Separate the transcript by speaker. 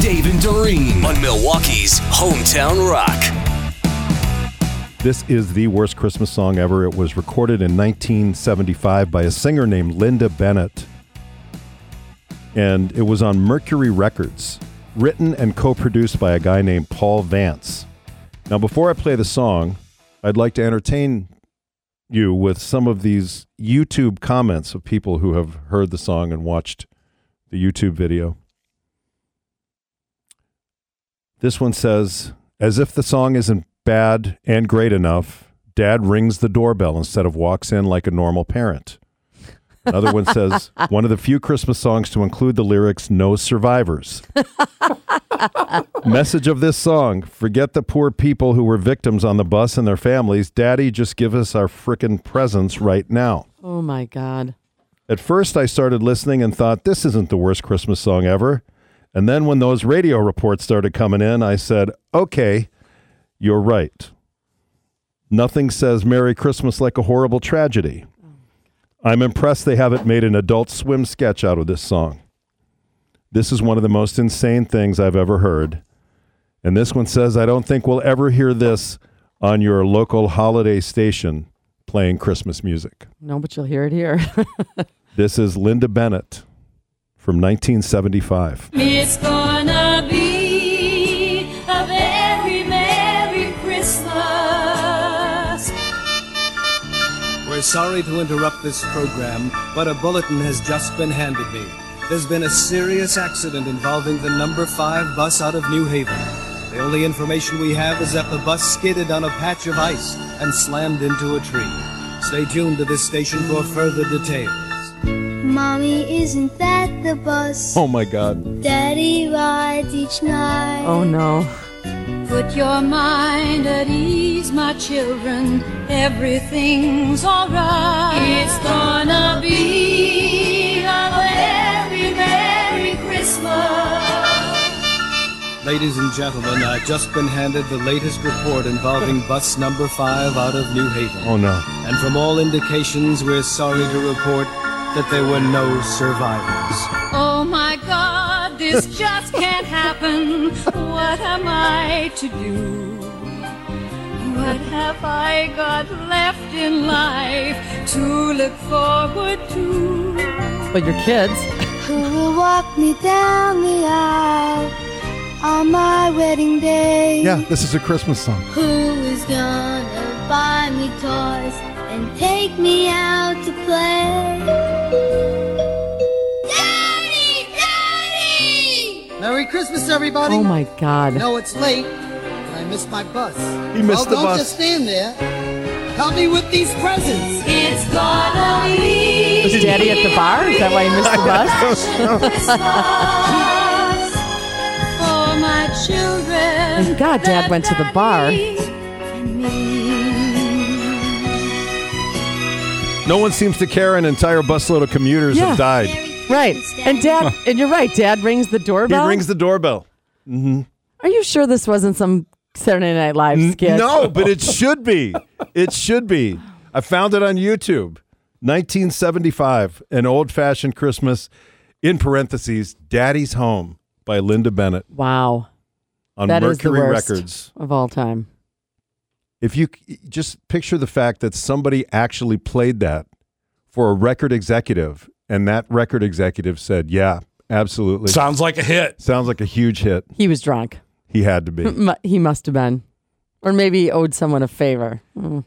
Speaker 1: Dave and Doreen on Milwaukee's Hometown Rock.
Speaker 2: This is the worst Christmas song ever. It was recorded in 1975 by a singer named Linda Bennett. And it was on Mercury Records, written and co produced by a guy named Paul Vance. Now, before I play the song, I'd like to entertain you with some of these YouTube comments of people who have heard the song and watched the YouTube video. This one says, as if the song isn't bad and great enough, dad rings the doorbell instead of walks in like a normal parent. Another one says, one of the few Christmas songs to include the lyrics, no survivors. Message of this song forget the poor people who were victims on the bus and their families. Daddy, just give us our frickin' presents right now.
Speaker 3: Oh my God.
Speaker 2: At first, I started listening and thought, this isn't the worst Christmas song ever. And then when those radio reports started coming in, I said, okay, you're right. Nothing says Merry Christmas like a horrible tragedy. I'm impressed they haven't made an adult swim sketch out of this song. This is one of the most insane things I've ever heard. And this one says, I don't think we'll ever hear this on your local holiday station playing Christmas music.
Speaker 3: No, but you'll hear it here.
Speaker 2: This is Linda Bennett from 1975.
Speaker 4: It's gonna be a very merry Christmas.
Speaker 5: We're sorry to interrupt this program, but a bulletin has just been handed me. There's been a serious accident involving the number 5 bus out of New Haven. The only information we have is that the bus skidded on a patch of ice and slammed into a tree. Stay tuned to this station for further details.
Speaker 6: Mommy, isn't that the bus
Speaker 2: Oh my God.
Speaker 6: Daddy rides each night?
Speaker 3: oh no.
Speaker 4: Put your mind at ease, my children. Everything's alright. It's gonna be a very merry Christmas.
Speaker 5: Ladies and gentlemen, I've just been handed the latest report involving bus number 5 out of New Haven.
Speaker 2: Oh no.
Speaker 5: And from all indications, we're sorry to report that there were no survivors.
Speaker 4: Oh my God, this just can't happen. What am I to do? What have I got left in life to look forward to?
Speaker 3: But your kids.
Speaker 6: Who will walk me down the aisle on my wedding day?
Speaker 2: Yeah, this is a Christmas song.
Speaker 6: Who is gonna buy me toys and take me out to play? Daddy! Daddy!
Speaker 7: Merry Christmas, everybody.
Speaker 3: Oh my God.
Speaker 7: No, it's late. I missed my bus.
Speaker 2: He
Speaker 7: well,
Speaker 2: missed the
Speaker 7: don't
Speaker 2: bus.
Speaker 7: just stand there. Help me with these presents.
Speaker 4: It's gonna be.
Speaker 3: Was daddy at the bar? Is that why you missed the bus?
Speaker 4: Christmas for my children.
Speaker 3: Thank God Dad went to the bar.
Speaker 4: And me.
Speaker 2: No one seems to care. An entire busload of commuters have
Speaker 3: Yeah.
Speaker 2: died.
Speaker 3: Right. And dad, and you're right, dad rings the doorbell.
Speaker 2: He rings the doorbell.
Speaker 3: Are you sure this wasn't some Saturday Night Live skit?
Speaker 2: No, but it should be. It should be. I found it on YouTube. 1975, an old fashioned Christmas, in parentheses, Daddy's Home by Linda Bennett
Speaker 3: Wow.
Speaker 2: on
Speaker 3: that is the
Speaker 2: Mercury
Speaker 3: worst
Speaker 2: Records.
Speaker 3: of all time.
Speaker 2: If you c- just picture the fact that somebody actually played that for a record executive, and that record executive said, Yeah, absolutely.
Speaker 8: Sounds like a hit.
Speaker 2: Sounds like a huge hit.
Speaker 3: He was drunk.
Speaker 2: He had to be.
Speaker 3: Mu- He must have been. Or maybe owed someone a favor. Mm.